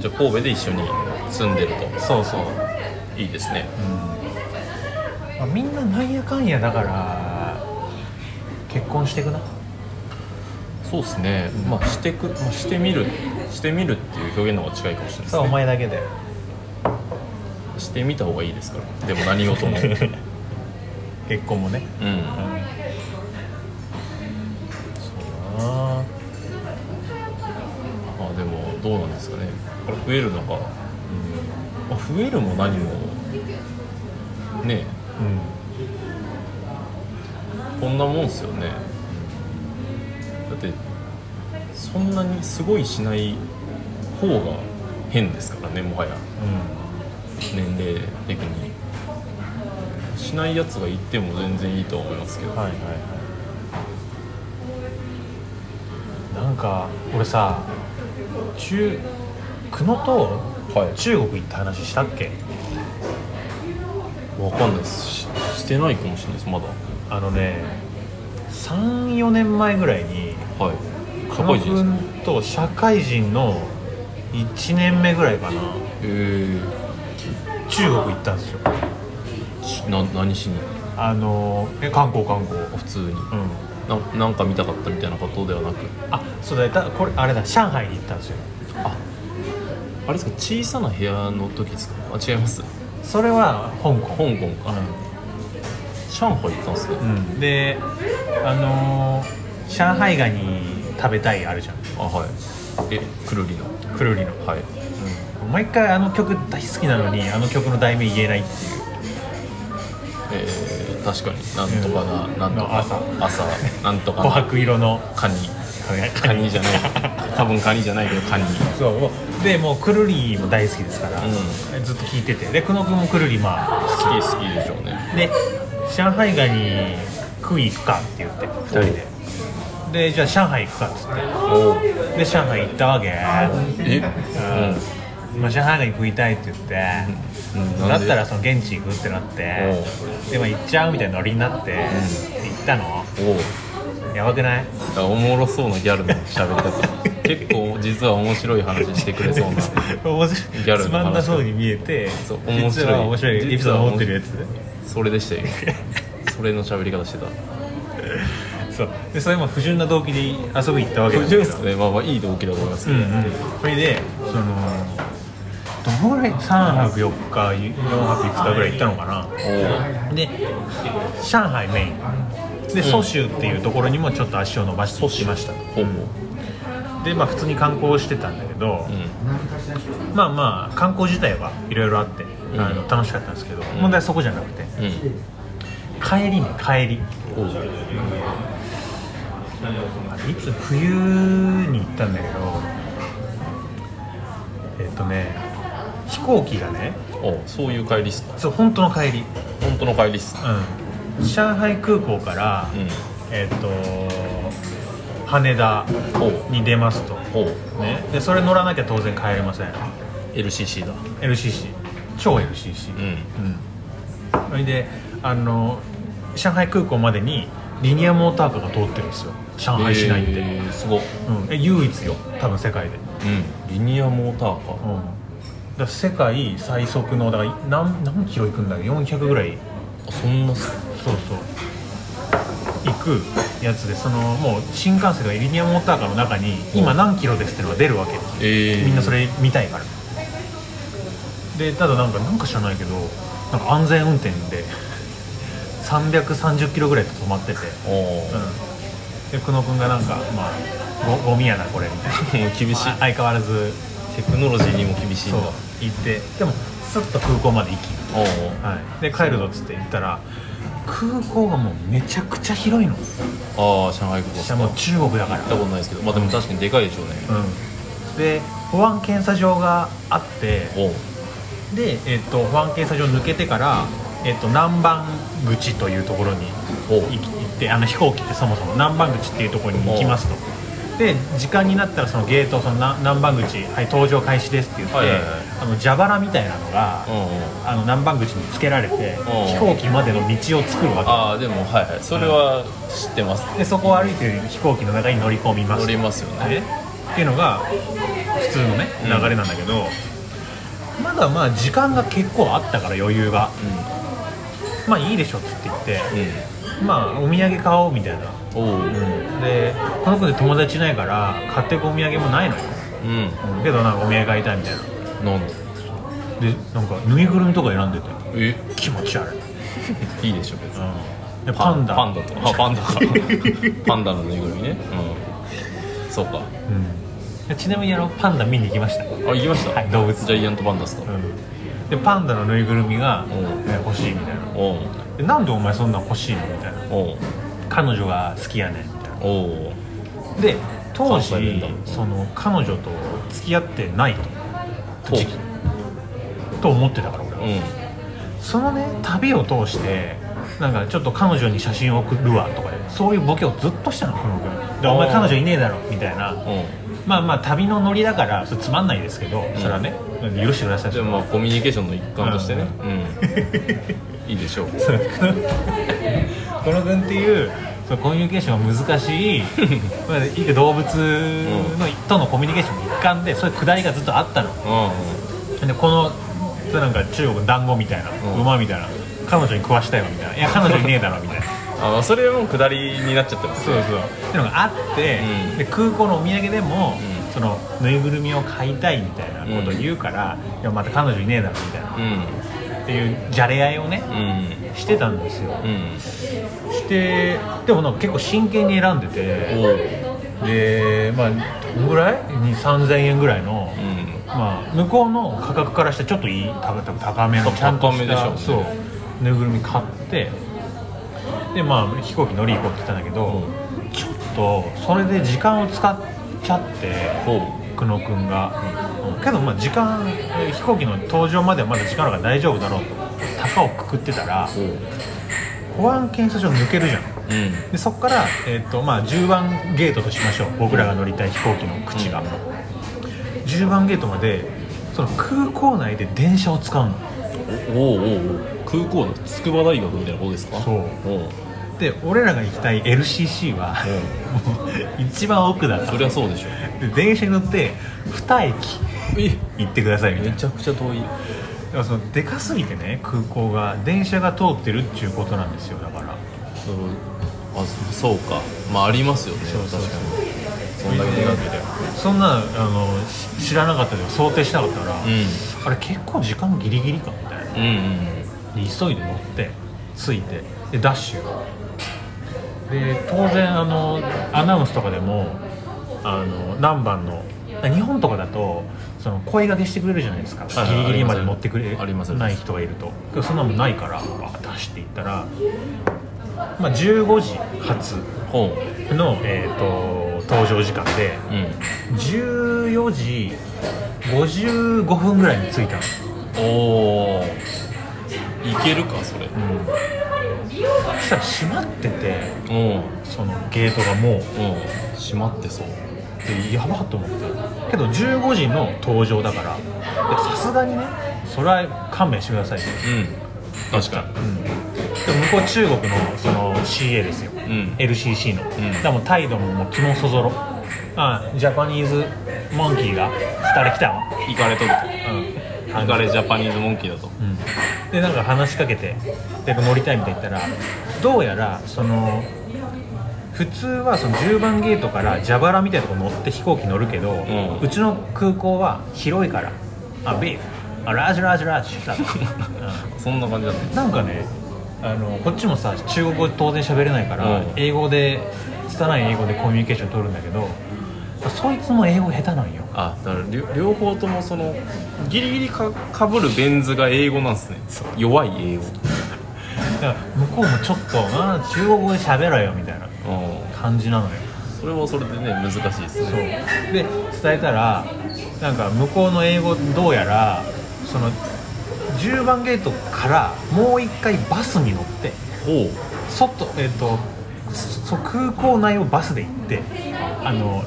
じゃあ神戸で一緒に住んでるそうそう、といいですねまあ、みんななんやかんやだから結婚してくなそうですね、まあしてく、まあ、してみるしてみるっていう表現の方が近いかもしれないそですれはおね前だけだよ してみた方がいいですからでも何事 も結婚もねうんうんそうだなまあでもどうなんですかねこれ増えるのか、まあ、増えるも何もねうんこんなもんですよねだってそんなにすごいしない方が変ですからねもはや年齢的にしないやつがいても全然いいとは思いますけど、うんはいはいはいなんか俺さ中久野とはい中国行った話したっけわかんないですししてないかもしれないですまだあのね34年前ぐらいにはい社久会野人ですね君と社会人の1年目ぐらいかなえ中国行ったんですよーしな何しにあのえ観光観光う普通にんななんか見たかったみたいなことではなくあそうだだこれあれだ上海に行ったんですよああれですか小さな部屋の時ですかあ違いますそれは香港香港か上海行ったんですねうんうんであのー上海ガニ食べたいあるじゃんあはいえくるりのくるりの、はいうん、毎回あの曲大好きなのにあの曲の題名言えないっていうえー、確かになんとかな、うんなんとか朝なんとか 琥な珀色のカニカニじゃない多分カニじゃないけどカニそうでもうくるりも大好きですから、うずっと聴いててで久野君もくるりまあ好き好きでしょうねで上海ガニ福井行くかって言って2人ででじゃあ上海行くかっつっおうてで上海行ったわけえまあ、上海に食いたいって言って、うんだったらその現地行くってなって、でも行っちゃうみたいなノリになって、行ったのおうやばくないあおもろそうなギャルの喋り 方結構実は面白い話してくれそうな面ギャ白いルつの話まんなそうに見えてそう面白い実は面白いエピソード持ってるやつそれでしたよ それの喋り方してたそうでそれも不純な動機で遊びに行ったわけなんだけ不ど純っすねまあまあいい動機だと思いますうけんど、うんそれでそのどのぐらい3泊4日4泊5日ぐらい行ったのかなで上海メインで蘇州っていうところにもちょっと足を伸ばしてきましたほうほうでまあ普通に観光してたんだけど、うまあまあ観光自体はいろいろあって、あの楽しかったんですけど、問題はそこじゃなくてんうん帰りね帰りおうあれいつ冬に行ったんだけどえっ、とね飛行機がねおうそういう帰りっすかそう本当の帰り本当の帰りっすうん上海空港から、うえっ、と羽田んおうに出ますと、おうね、でそれ乗らなきゃ当然帰れません LCC だ LCC 超 LCC うんうんそれであの上海空港までにリニアモーターカーが通ってるんですよ上海市内って、えーすごっうん、え唯一よ多分世界で、うんリニアモーターうかん、だから世界最速のだから何何キロ行くんだろう400ぐらいあそんなすそうそう行くやつでそのもう新幹線がリニアモーターカーの中に今何キロですってのが出るわけよええみんなそれ見たいからでただなんかなんか知らないけどなんか安全運転で330キロぐらいで止まってて、おおうん、で久野君がなんかまあごゴミやなこれみたいな厳しいあ相変わらずテクノロジーにも厳しいんそうだ行ってでもスッと空港まで行き、おうはい、で帰るぞっつって行ったら空港がもうめちゃくちゃ広いのおうああ上海空港っすじゃかあもう行っ中国だからたことないですけどまあでも確かにでかいでしょうねうんで保安検査場があっておうで、えっと保安検査場抜けてから、えっと南蛮口というところにおう行き行ってあの飛行機ってそもそも南蛮口っていうところに行きますとで時間になったらそのゲートそのな南蛮口、はい、搭乗開始ですって言って、はいはいはいあの蛇腹みたいなのが、うんうんあの南蛮口につけられておう飛行機までの道を作るわああでもはいはいそれは知ってますけでそこを歩いてる飛行機の中に乗り込みます乗とりますよねっていうのが普通のねうん流れなんだけど、まだまあ時間が結構あったから余裕がまあいいでしょっつって言って、まあお土産買おうみたいな、うんうんおうでこの子で友達いないから買ってくお土産もないのよ、うんけどなんかお土産買いたいみたいななんだでなんかぬいぐるみとか選んでてえ気持ち悪い、いいでしょ別にうん、でパンダパンダとあパンダか パンダのぬいぐるみねうんそうかうんでちなみにあのパンダ見に行きました、あ行きました、はい動物ジャイアントパンダっすかうん、でパンダのぬいぐるみが、んね欲しいみたいなおうでなんでお前そんなん欲しいのみたいなおう彼女が好きやねんみたいおうなで当時関西弁だその彼女と付き合ってないとほう時期と思ってたから俺は、うんそのね旅を通してなんかちょっと彼女に写真を送るわとかでそういうボケをずっとしたの久野君で「お前あー彼女いねえだろ」みたいなうまあまあ旅のノリだからそれつまんないですけど、それはね許してくださいんでもまあコミュニケーションの一環としてねうんいいでしょうそうこの君っていうそのコミュニケーションが難し いまあいい動物の、とのコミュニケーションの一環でそういうくだりがずっとあったのうでこのなんか中国の団子みたいな、ん馬みたいな彼女に食わしたいわみたいないや彼女いねえだろみたいなんあそれも下りになっちゃってますそうそうっていうのがあって、うんで空港のお土産でも、うんそのぬいぐるみを買いたいみたいなことを言うから、いやまた彼女いねえだろみたいなうんっていうじゃれ合いをねうんしてたんですようんしてでもなんか結構真剣に選んでおてうでまあどんぐらいに3000円ぐらいの、うんまあ、向こうの価格からしてちょっといい高多分高めのそうちゃんとした高めでしょうねそうぬいぐるみ買ってでまあ飛行機乗り行こうって言ったんだけど、ちょっとそれで時間を使っちゃってほう久野君が、うんけどまあ時間え飛行機の搭乗まではまだ時間あるから大丈夫だろうと高をくくってたらほうこ保安検査所抜けるじゃんうんでそこから、えーとまあ、10番ゲートとしましょう僕らが乗りたい飛行機の口が、10番ゲートまでその空港内で電車を使うのおうおうおう空港の筑波大学みたいなことですかそうおうで俺らが行きたい LCC は、もう一番奥だかそりゃそうでしょらで電車に乗って2駅え行ってくださいみたいめなちゃくちゃ遠いだからそのでかすぎてね空港が電車が通ってるっていうことなんですよだからうんあそうかまあありますよねそうそうそう確かにそんだけ手がけてそんなあのし知らなかったで想定しなかったから、うあれ結構時間ギリギリかみたいなでんうんうん急いで乗って着いてでダッシュで当然あのアナウンスとかでもあの何番の日本とかだとその声がけしてくれるじゃないですか、いはいギリギリまであります乗ってくれありますない人がいるとでもそんなもんないからわー出していったら、まあ、15時発ほうの、えー、と登場時間でうん14時55分ぐらいに着いたのおおいけるかそれそしたら閉まっててうんうんそのゲートがもう閉まってそうでやばっと思ってけど15時の登場だからでさすがにねそれは勘弁してくださいよ、うん確かにうん、でも向こう中国のその CA ですよ、ん LCC の、んだからもう態度ももう肝そぞろあジャパニーズモンキーが2人来たわ行かれとるうん行かれジャパニーズモンキーだとうんでなんか話しかけてで乗りたいみたいに言ったらどうやらその普通はその10番ゲートから蛇腹みたいなとこ乗って飛行機乗るけど、うんちの空港は広いからあビーフあラージラージラージだと、 そんな感じだったうんなんかねあのこっちもさ中国語当然喋れないから、うん英語で拙い英語でコミュニケーション取るんだけどそいつも英語下手なんよあだから両両方ともそのギリギリかかぶるベン図が英語なんですね弱い英語だから向こうもちょっとあー中国語で喋ろよみたいなうん感じなのよそれはそれでね難しいですそうねで伝えたらなんか向こうの英語どうやらその10番ゲートからもう一回バスに乗ってほう外えっ、とそ空港内をバスで行ってあの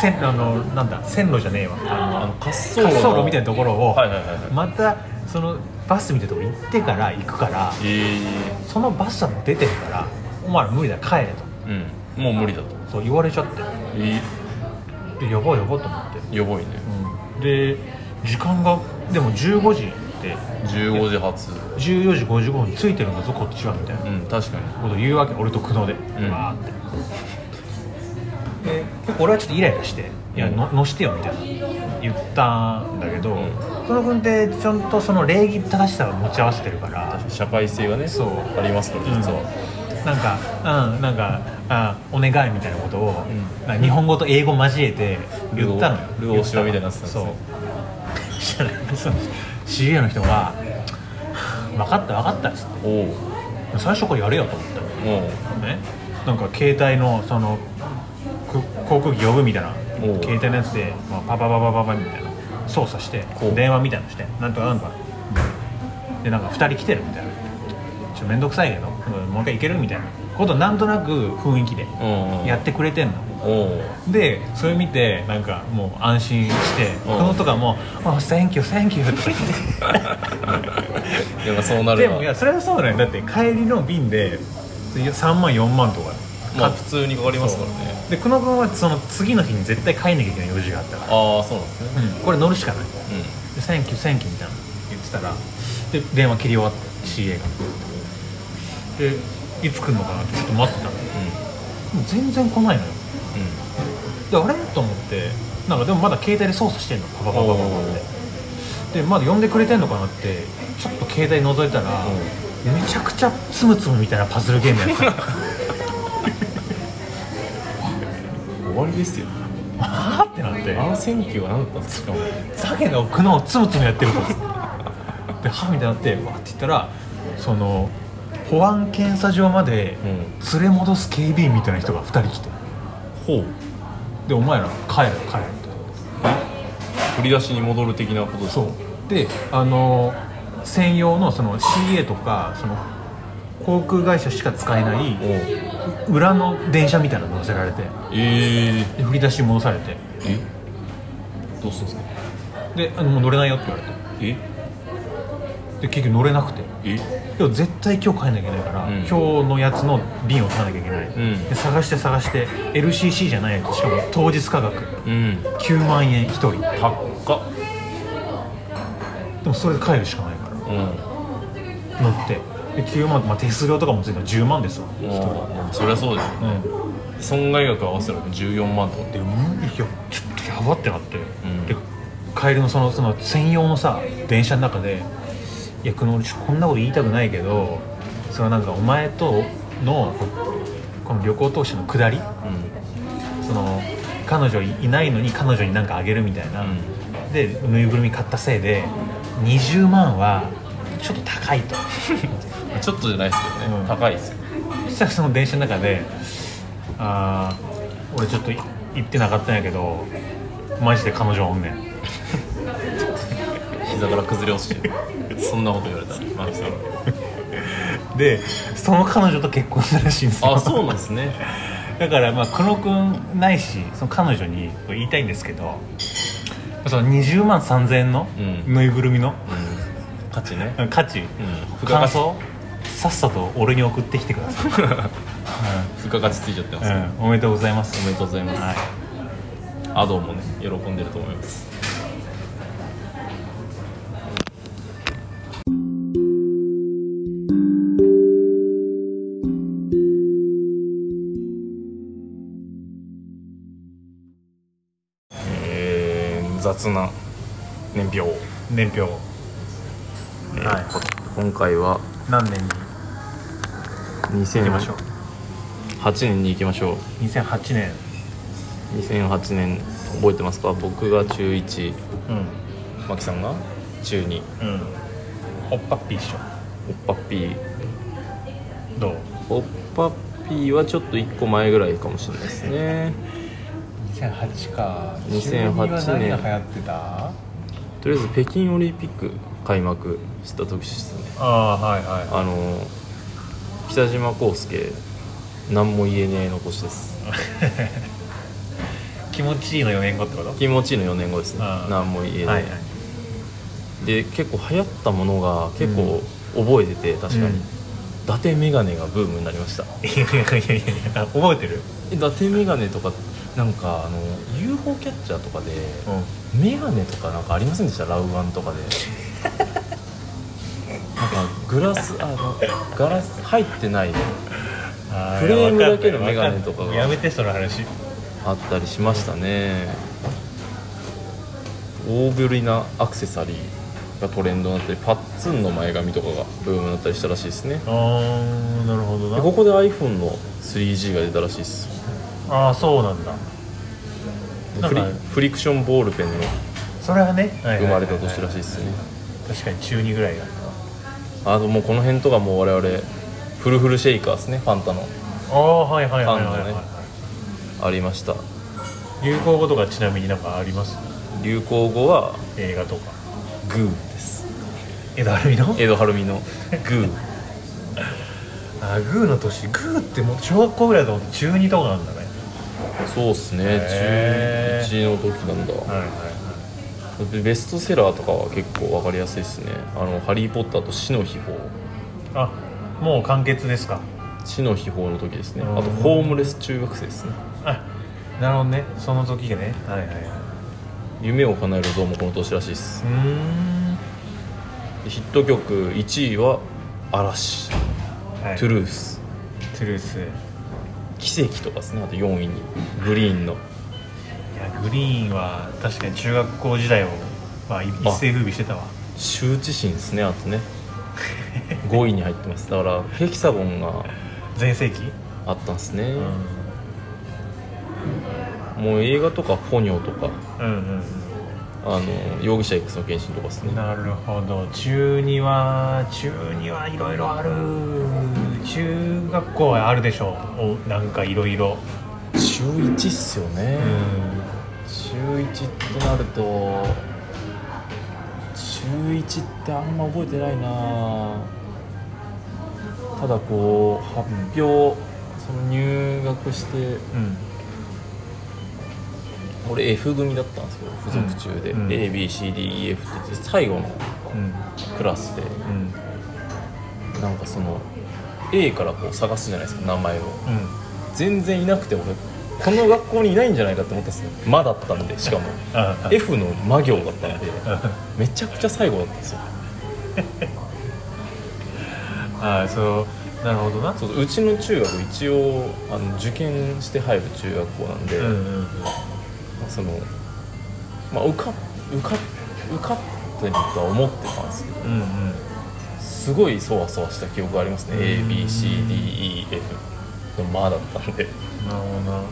線あのなんだ線路じゃねえわあのあの滑走滑路走路みたいなところをはいはいはいはいまたそのバスみたいなところ行ってから行くからえそのバスはもう出てるからお前ら無理だ帰れとえうんもう無理だとそう言われちゃってえでやばいやばいと思って。やばいねうんで時間がでも15時って15時発14時55分に着いてるんだぞこっちはみたいなうん確かにことを言うわけ俺と久野でんわ、ーってで結構俺はちょっとイライラして「いやの乗してよ」みたいな言ったんだけど、久野君ってちゃんとその礼儀正しさを持ち合わせてるから社会性がねそうありますから実は、なんかうんなんかあお願いみたいなことを、なんか日本語と英語交えて言ったのよルオルオシロみたいになってたんですねそうしたらその CA の人が「分かった分かった」っつっおおうて最初からやれよと思ったのもねなんか携帯のそのく航空機呼ぶみたいなおう携帯のやつで、まあ、パパパパパパみたいな操作してこう電話みたいなのしてなんとかなんとかでなんか2人来てるみたいなちょっと面倒くさいけどうんもう一回行けるみたいなことなんとなく雰囲気でううんうんやってくれてんのおおうでそれ見てなんかもう安心してこうんのとかも「あセンキューセンキュー」とか言って。でもそうなるでわもいやそれはそうだよだって帰りの便で3万4万とかまあ普通にかかりますからねで久野君はその次の日に絶対帰んなきゃいけない用事があったから、ああそうなんですねうんこれ乗るしかないで「センキューセンキュー」みたいなの言ってたらで電話切り終わって CA がでいつ来るのかなってちょっと待ってたのでも全然来ないのようんうんうんであれと思ってなんかでもまだ携帯で操作してんのパパパパパパってでまだ呼んでくれてんのかなってちょっと携帯覗いたらめちゃくちゃつむつむみたいなパズルゲームやって た終わりですよあーってなってあの選挙は何だったんですかザゲの奥のつむつむやってるとで歯みたいになってわーって言ったらその保安検査場までうん連れ戻す警備員みたいな人が2人来てほうでお前ら帰れ帰れって振り出しに戻る的なことですそうであの専用のその CA とかその航空会社しか使えないおう裏の電車みたいなの乗せられてえー、で振り出しに戻されてえどうするんですかであのもう乗れないよって言われえてで結局乗れなくてえでも絶対今日帰んなきゃいけないから、うん今日のやつの便を取らなきゃいけない、んで探して探して LCC じゃないやつしかも当日価格うん9万円1人で高っもそれで帰るしかないからうん乗ってで9万、まあ、手数料とかもついたら10万ですわ1人もうそりゃそうだようん損害額合わせるの14万とかでうんいやちょっとやばってなって、んで帰りのそのその専用のさ電車の中で「いやこの俺ちょっとこんなこと言いたくないけどそのなんかお前とのここの旅行投資の下りその彼女いいないのに彼女になんかあげるみたいな、うでぬいぐるみ買ったせいで20万はちょっと高 いとうんちょっとじゃないですけどね、うん高いですよそしたらその電車の中で「あー俺ちょっとい言ってなかったんやけどマジで彼女おんねん」膝から崩れ落ちてるそんなこと言われたらマキさんでその彼女と結婚したらしいんですよあそうなんですねだからまあ久野君ないしその彼女に言いたいんですけどその20万3000円のうんぬいぐるみのうん価値ね価値、うん付加感価値想さっさと俺に送ってきてください、付加価値ついちゃってます、うんうんおめでとうございますおめでとうございます、はいアドもね喜んでると思いますえー雑な年表、年表えーはいこ今回は何年に行2008きましょう年に行きましょう2008年2008年覚えてますか僕が中1うんマキさんが中2うんおっぱっぴーっしおっぱっぴーょどうおっぱっぴーはちょっと1個前ぐらいかもしれないですね2008か2008年中二は何が流行ってたとりあえず北京オリンピック開幕した時ですねああはいはいあの北島康介何も言えねえ残しです気持ちいいの4年後ってこと気持ちいいの4年後ですねあー何も言えねえ、はいはいで結構流行ったものが結構覚えてて、確かに、うん伊達眼鏡がブームになりましたいやいやいやいやあ覚えてる伊達眼鏡とかなんかあの UFO キャッチャーとかで、うメガネとかなんかありませんでしたラウアンとかでなんかグラスあのガラス入ってないんフレームだけのメガネとかがやめてその話あったりしましたね大ぶりなアクセサリーがトレンドになったりパッツンの前髪とかがブームになったりしたらしいですねああなるほどでここで iPhone の 3G が出たらしいですああそうなんだでフリなんかフリクションボールペンのそれはね生まれた年らしいいですね確かに中2ぐらいだったあともうこの辺とかもう我々フルフルシェイカーですねファンタのああはいはいはいはいファンのねはありましたい流行語とかちなみになんかあります流行語は映画とかグーですえだるいの江戸晴海のグーあグーの年グーってもう小学校ぐらいだと思って中2とかなんだねそうっすねへー中1の時なんだはいはいでベストセラーとかは結構わかりやすいっすね「あのハリー・ポッターと死の秘宝」はいあもう完結ですか「死の秘宝」の時ですねうんあとホームレス中学生ですねあなるほどねその時がねはいはいはいう夢を叶える像もこの年らしいっすーんでヒット曲1位は「嵐」は「いトゥルース」トゥルースい「奇跡」とかですねあと4位にグリーンのやグリーンは確かに中学校時代を、まあ、い一世風靡してたわ羞恥心ですねあ とね5位に入ってますだからヘキサゴンが全盛期あったんですね、うんもう映画とかポニョとかうんあの容疑者 X の献身とかですうんねなるほど中2は中2はいろいろある中学校はあるでしょうおなんかいろいろ中1っすよねう、ん中1ってなると中1ってあんま覚えてないなただこう発表、その入学してうん俺 F 組だったんですけど付属中で、うん ABCDEF って最後のうんクラスでうんなんかその A からこう探すじゃないですか名前をうん全然いなくて俺この学校にいないんじゃないかって思ったんですよ「ま」だったんでしかもあ F の「ま行」だったんであめちゃくちゃ最後だったんですよ あそうなるほどなそううちの中学一応あの受験して入る中学校なんで、うんうんうんその、まあ、受か受か受かってるとは思ってたんですけどうんうんすごいそわそわした記憶がありますね ABCDEF の「ま」だったんなでるほどな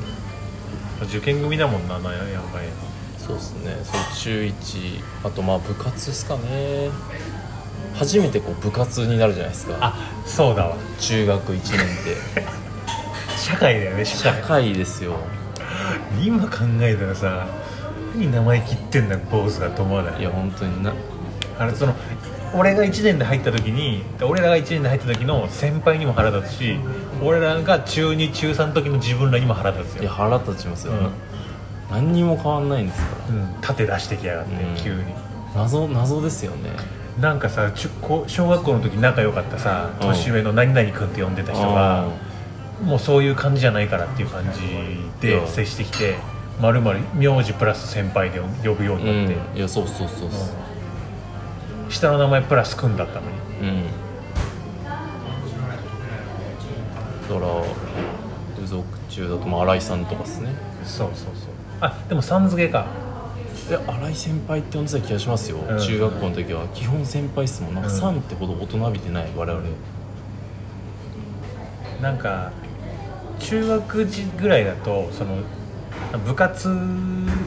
受験組だもんななややばいそうですねそれ中1あとまあ部活ですかね初めてこう部活になるじゃないですかあそうだわ中学1年って社会だよね社会高いですよ今考えたらさ何生意気言ってんだ坊主がと思わないいや本当になあれその俺が1年で入った時に俺らが1年で入った時の先輩にも腹立つし俺らが中2中3の時の自分らにも腹立ついやよ、腹立ちますよ、うん何にも変わんないんですかうん、盾出してきやがって、うん急にら謎謎ですよねなんかさ中高小学校の時仲良かったさうん年上の何々君って呼んでた人が、もうそういう感じじゃないからっていう感じうんで接してきてまるまる名字プラス先輩で呼ぶよううにん、なって、いやそうそうそうそううん下の名前プラス君だったのにうんだから付属中だと、まあ、新井さんとかですねそうそうそうあでもさん付けかいや新井先輩って呼んでた気がしますよ、うん中学校の時は基本先輩っすもんなんかうんさんってほど大人びてない我々なんか中学時ぐらいだとその部活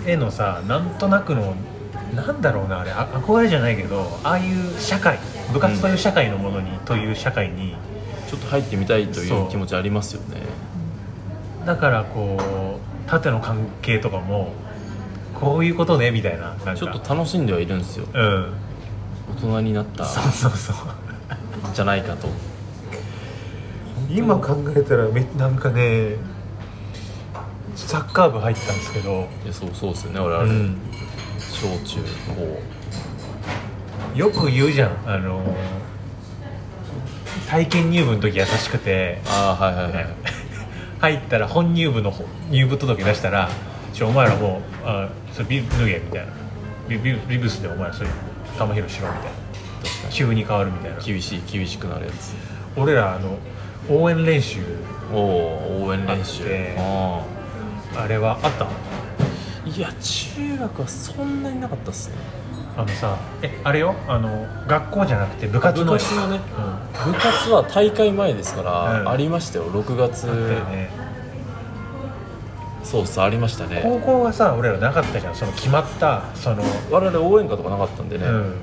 へのさなんとなくのなんだろうなあれあ憧れじゃないけどああいう社会部活という社会のものに、という社会にちょっと入ってみたいといそうう気持ちありますよねだからこう縦の関係とかもこういうことねみたいななんかちょっと楽しんではいるんですようん大人になったそうそうそうんじゃないかと今考えたらめなんかねサッカー部入ったんですけど、いやそうそうですよね我う々、ん、小中よく言うじゃんあの体験入部の時優しくて高ああはいはいはい、入ったら本入部の入部届出したら「ちょお前らもうあそれビブ脱げ」みたいなビビビブスでお前らそれ玉拾いしろみたいな確かに急に変わるみたいな厳しい厳しくなるやつ俺らあの応援練習おお応援練習あってああれはあったあいや中学はそんなになかったっすねあのさえあれよあの学校じゃなくて部活の部活のね部活は大会前ですから、うんありましたよ6月、うん、あったよねそうっすありましたね高校がさ俺らなかったじゃんその決まったその、我々応援歌とかなかったんでね、うん、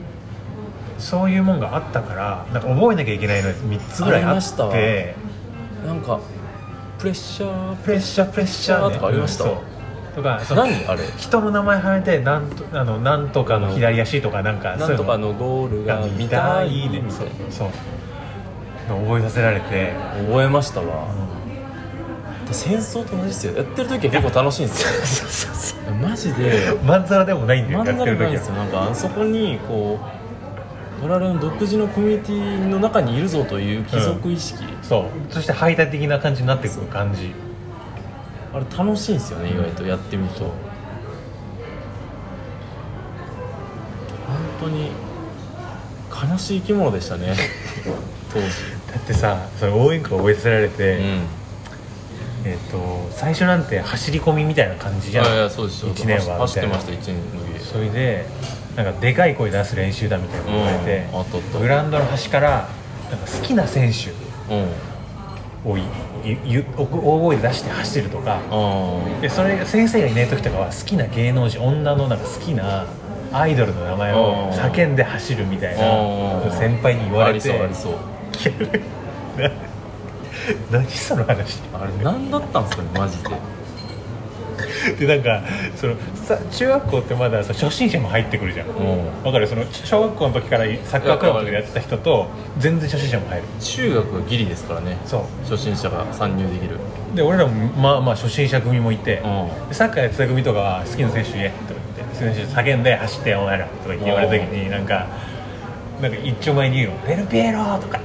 そういうもんがあったからなんか覚えなきゃいけないの3つぐらいありあまっしたわてなんかプレッシャプレッシャープレッシャー、ね、とかありましたうんそうとかーその何あれ人の名前はめてなんとあのなんとかの左足とかなんかそなうんいうとかのゴールがが見見たたいいねみたそいうそう覚えさせられて、な覚えましたわ戦争と同じですよやってる時は結構楽しいんですよマジでまんざらでもないんだまよんやざってらるないん時ですよはなんかあそこにこう我々の独自のコミュニティの中にいるぞという貴族意識、そうそして排他的な感じになってくる感じあれ楽しいんですよね意外とやってみると本当に悲しい生き物でした ね当時だってさその応援歌を覚えさせられて、うんえっ、と最初なんて走り込みみたいな感じいじゃんやいやそうですよ一年は走ってみたいなました1年の時それでなんかでかい声出す練習だみたいなこと言われて、うんあったあったグラウンドの端からなんか好きな選手うんをいいゆ大声で出して走ってるとかあでそれ先生がいない時とかは好きな芸能人女のなんか好きなアイドルの名前を叫んで走るみたいあな先輩に言あわあれりそてうありそう何その話あれ何だったんですかねマジででなんかそのさ中学校ってまださ初心者も入ってくるじゃんわかるその小学校の時からサッカークラブとかでやってた人と全然初心者も入る中学はギリですからねそ初心者が参入できるうで俺らもまあまあ初心者組もいて、 うでサッカーやってた組とかは好きな選手言えとか言って選手叫んで走ってお前らとか言って言われた時になんかなんか一丁前に言うの「ベルピエロ!」とか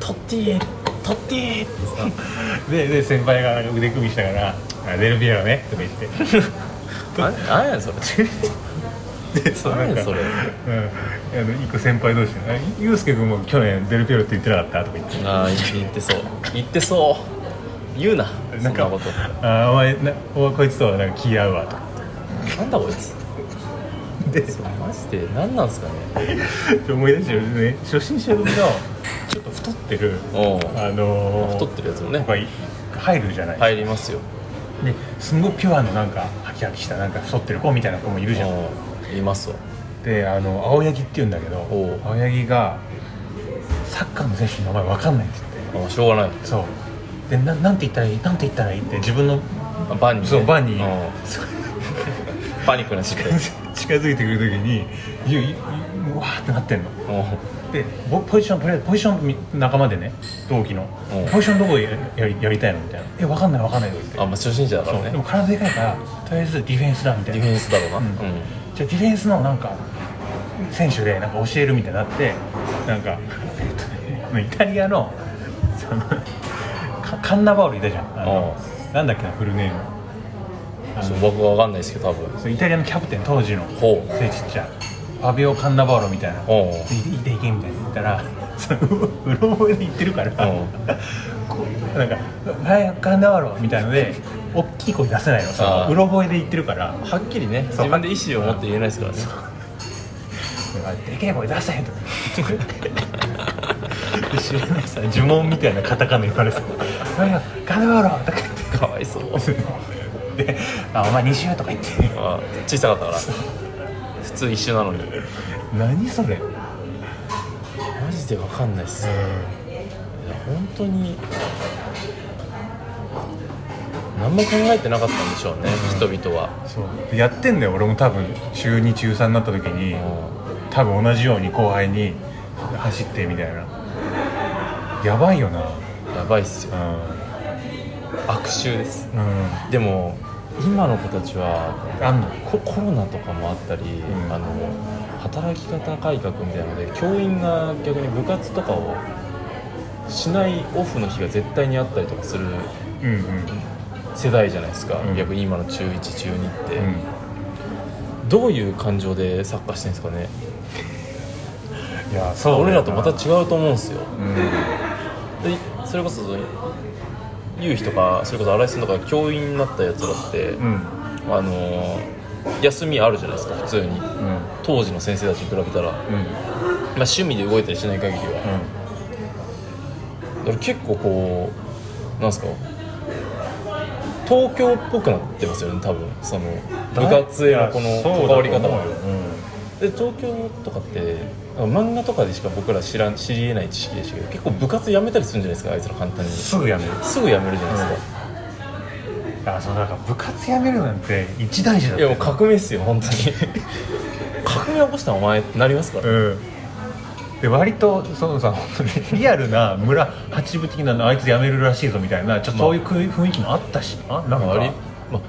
トッティエトッティエってさでで先輩がなんか腕組みしたから「あデルピエロね」とか言ってあ 何やそれでそうなんか 何それうん、あの一個先輩同士であ「ユうスケ君も去年デルピエロって言ってなかった?」とか言ってああ言ってそう言ってそう言うなそなんんかなことあーお前なお前こいつとはなんか気合うわ」とかなんだこいつでマジで何なんすかねで思い出してるね初心者組のちょっと太ってるおうあのー、太ってるやつもね子がい入るじゃない、入りますよですんごいピュアのなんかハキハキしたなんか太ってる子みたいな子もいるじゃんおういますわであの青柳っていうんだけどおう青柳がサッカーの選手の名前わかんないって言ってあしょうがないそうでななんて言ったらいいなんて言ったらいいって自分のあバンに、ね、そうバンにおうパニックな時間近づいてくるときにゆゆゆうわーってなってんのおうでぼポジションとりあえずポジションみ仲間でね同期のおうポジションどこでややりやりたいのみたいな「えわかんないわかんない」とか言ってあまあ初心者だかそうらでねも体でかいからとりあえずディフェンスだみたデいィなフじゃェンスだろうな、ううんんあディフェンスのなんか選手でなんか教えるみたいになってなんか、えっとね、イタリアのそのカカンナバウルいたじゃんあのなんだっけなフルネームちょっと僕は分かんないですけど多分そうイタリアのキャプテン当時のほう背ちっちゃいファビオ・カンナバウロみたいなおうでいていけみたいな言ったらそのうろ覚えで言ってるからうんこうなんか「はいカンナバウロ」みたいので大きい声出せないのそあのーうろ覚えで言ってるからはっきりねそう自分で意思を持って言えないですからね「でけえ声出せ!」 とかで知らないさ呪文みたいなカタカナ言われて「ファビオ・カンナバウロ」とかかわいそう言ってで「あお前2周」とか言ってあ小さかったから普通一緒なのに「何それ?」マジで分かんないっすいや本当に何も考えてなかったんでしょうね人々はそうやってんだよ俺も多分中2中3になった時に多分同じように後輩に走ってみたいなやばいよなやばいっすよう悪臭ですん、でも今の子たちはうん、あんのココロナとかもあったり、んあの働き方改革みたいなので教員が逆に部活とかをしないオフの日が絶対にあったりとかするうんうん世代じゃないですか、うん逆に今の中1中2って、うんどういう感情でサッカーしてるんですかねいやそうだよ俺ならとまた違うと思うんですようんでそれこそユウヒとかそれこそ新井さんとか教員になったやつらって、うんあのー休みあるじゃないですか普通にうん当時の先生たちに比べたら、まあ、うん趣味で動いたりしない限りは、だから結構こうなんすか東京っぽくなってますよね多分その部活へのこいのやそうだと思う関わり方もよで東京とかって漫画とかでしか僕ら知らん知りえない知識でしたけど結構部活やめたりするんじゃないですかあいつら簡単にうんすすぐやめるぐやめるじゃないですか、あそうだから部活やめるなんて一大事だいやもう革命っすよ本当に 革命起こしたのお前ってなりますから、うんで割とそのさ本当にリアルな村八部的なのあいつやめるらしいぞみたいなちょっとそういう雰囲気もあったしななんあれかまあ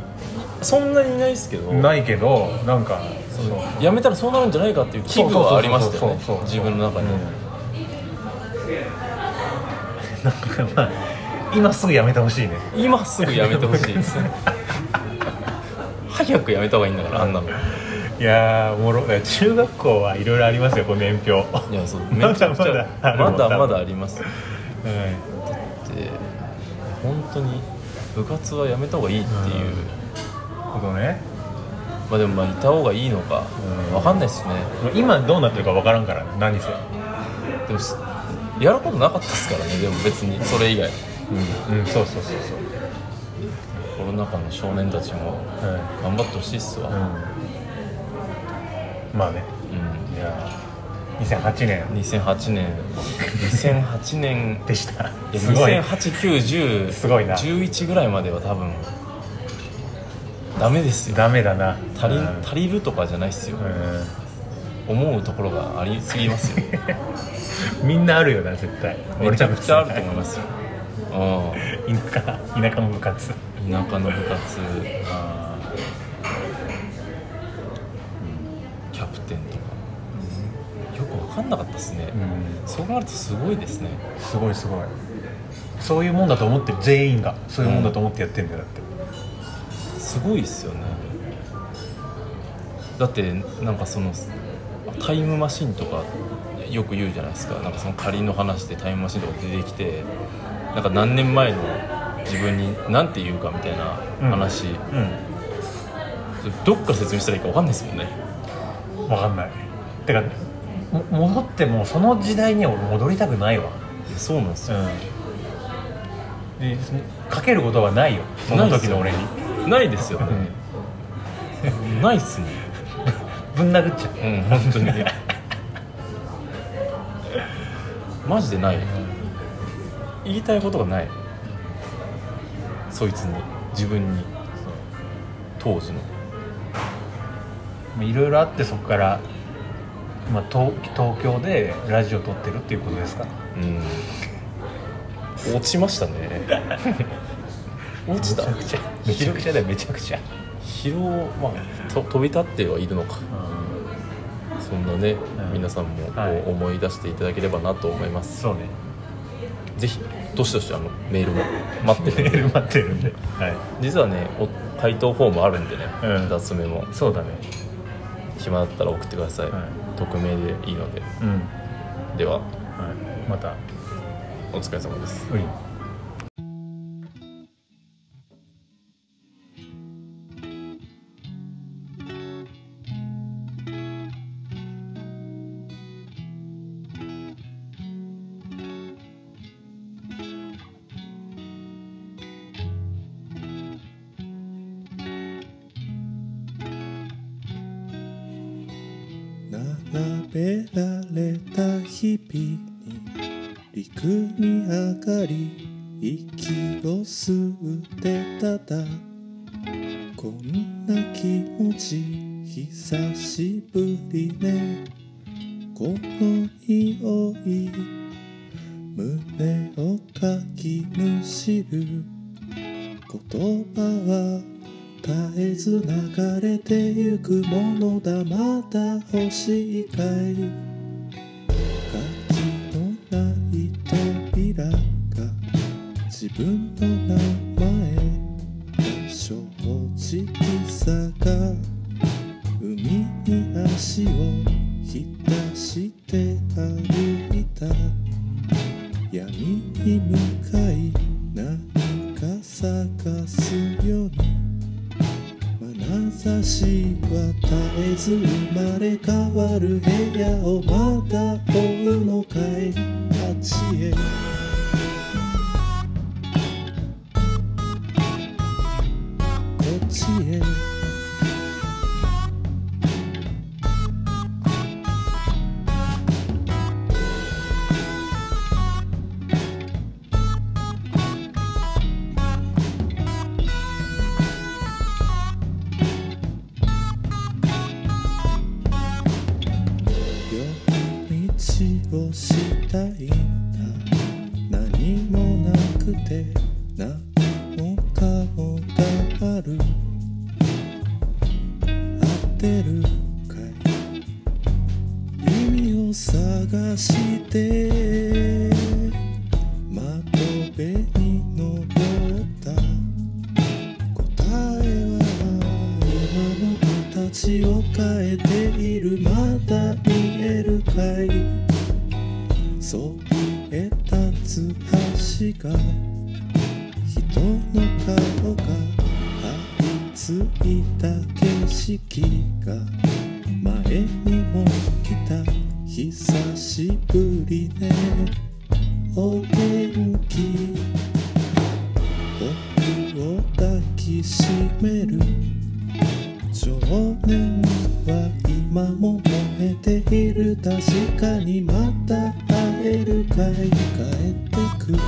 そんなにいないですけどないけどなんか そのやめたらそうなるんじゃないかっていう危惧はありましたよねそうそうそうそう自分の中で、なんかまあ今すぐやめてほしいね今すぐやめてほしい ですね早くやめた方がいいんだからあんなのいいやーおもろ中学校はいろいろありますよこの年表やそうめまちゃだくまちだゃあるまだまだだありますうって本当に部活はやめた方がいいっていう、んことねまあでもまあいた方がいいのか、うんわかんないですね今どうなってるかわからんからね何せでもすやることなかったですからねでも別にそれ以外うん、うん、そうそうそうそうコロナ禍の少年たちもう頑張ってほしいっすわ、んまあねうんいやー2008年2008年2008年でしたいやすごい2008、9、10、すごいな11ぐらいまでは多分ダメですよダメだな足りうん足りるとかじゃないっすよ思うところがありすぎますようんみんなあるよな絶対めちゃくちゃあると思いまますよあす 田舎田舎の部活あ田舎の部活キャプテンとかよく分かんなかったですね、うんそう考えるとすごいですねすごいすごいそういうもんだと思ってる全員がそういうもんだと思ってやってんだよだってすごいですよねだってなんかそのタイムマシンとかよく言うじゃないですかなんかその仮の話でタイムマシンとか出てきてなんか何年前の自分に何て言うかみたいな話、うどっから説明したらいいか分かんないですもんねん分かんないてかも戻ってもその時代には俺戻りたくないわいやそうなんですよ、うんでかけることはないよそなのいっ時すのよ俺ねにないですよね、ないっすねぶん殴っちゃううん本当にマジでない言いたいことがないそいつに自分に当時のまあいろいろあってそこから、まあ、東東京でラジオ撮ってるっていうことですかうん落ちましたね落ちためちゃくちゃめちゃくちゃだよめちゃくちゃ、疲労まあと飛び立ってはいるのかそんなね、ん皆さんもこうはい思い出していただければなと思います、そうねぜひどしどしあのメールも待ってメるーんでル待ってるんで、はい、実はねお回答フォームあるんでね、うん脱メもそうだね暇だったら送ってください、はい匿名でいいのでうん、でははい、またお疲れ様ですうい並べられた日々に陸に上がり息を吸ってただこんな気持ち久しぶりねこの匂い胸をかきむしる言葉は絶えず流れてゆくものだまた欲しいかい鍵のない扉が自分の名前正直さが海に足を浸して歩いた闇に向かい何か探すように眼差しは絶えず生まれ変わる部屋をまた追うのかいあっちへこっちへ夜道をしたいんだ何もなくて何もかもがある合ってるかい意味を探して窓辺に登った答えは今の形を変えているまだ見えるかいそびえ立つ橋が人の顔が張り付いた景色が前にも来た久しぶりねお元気僕を抱きしめる少年は今も燃えている確かにまた会えるかい帰ってくる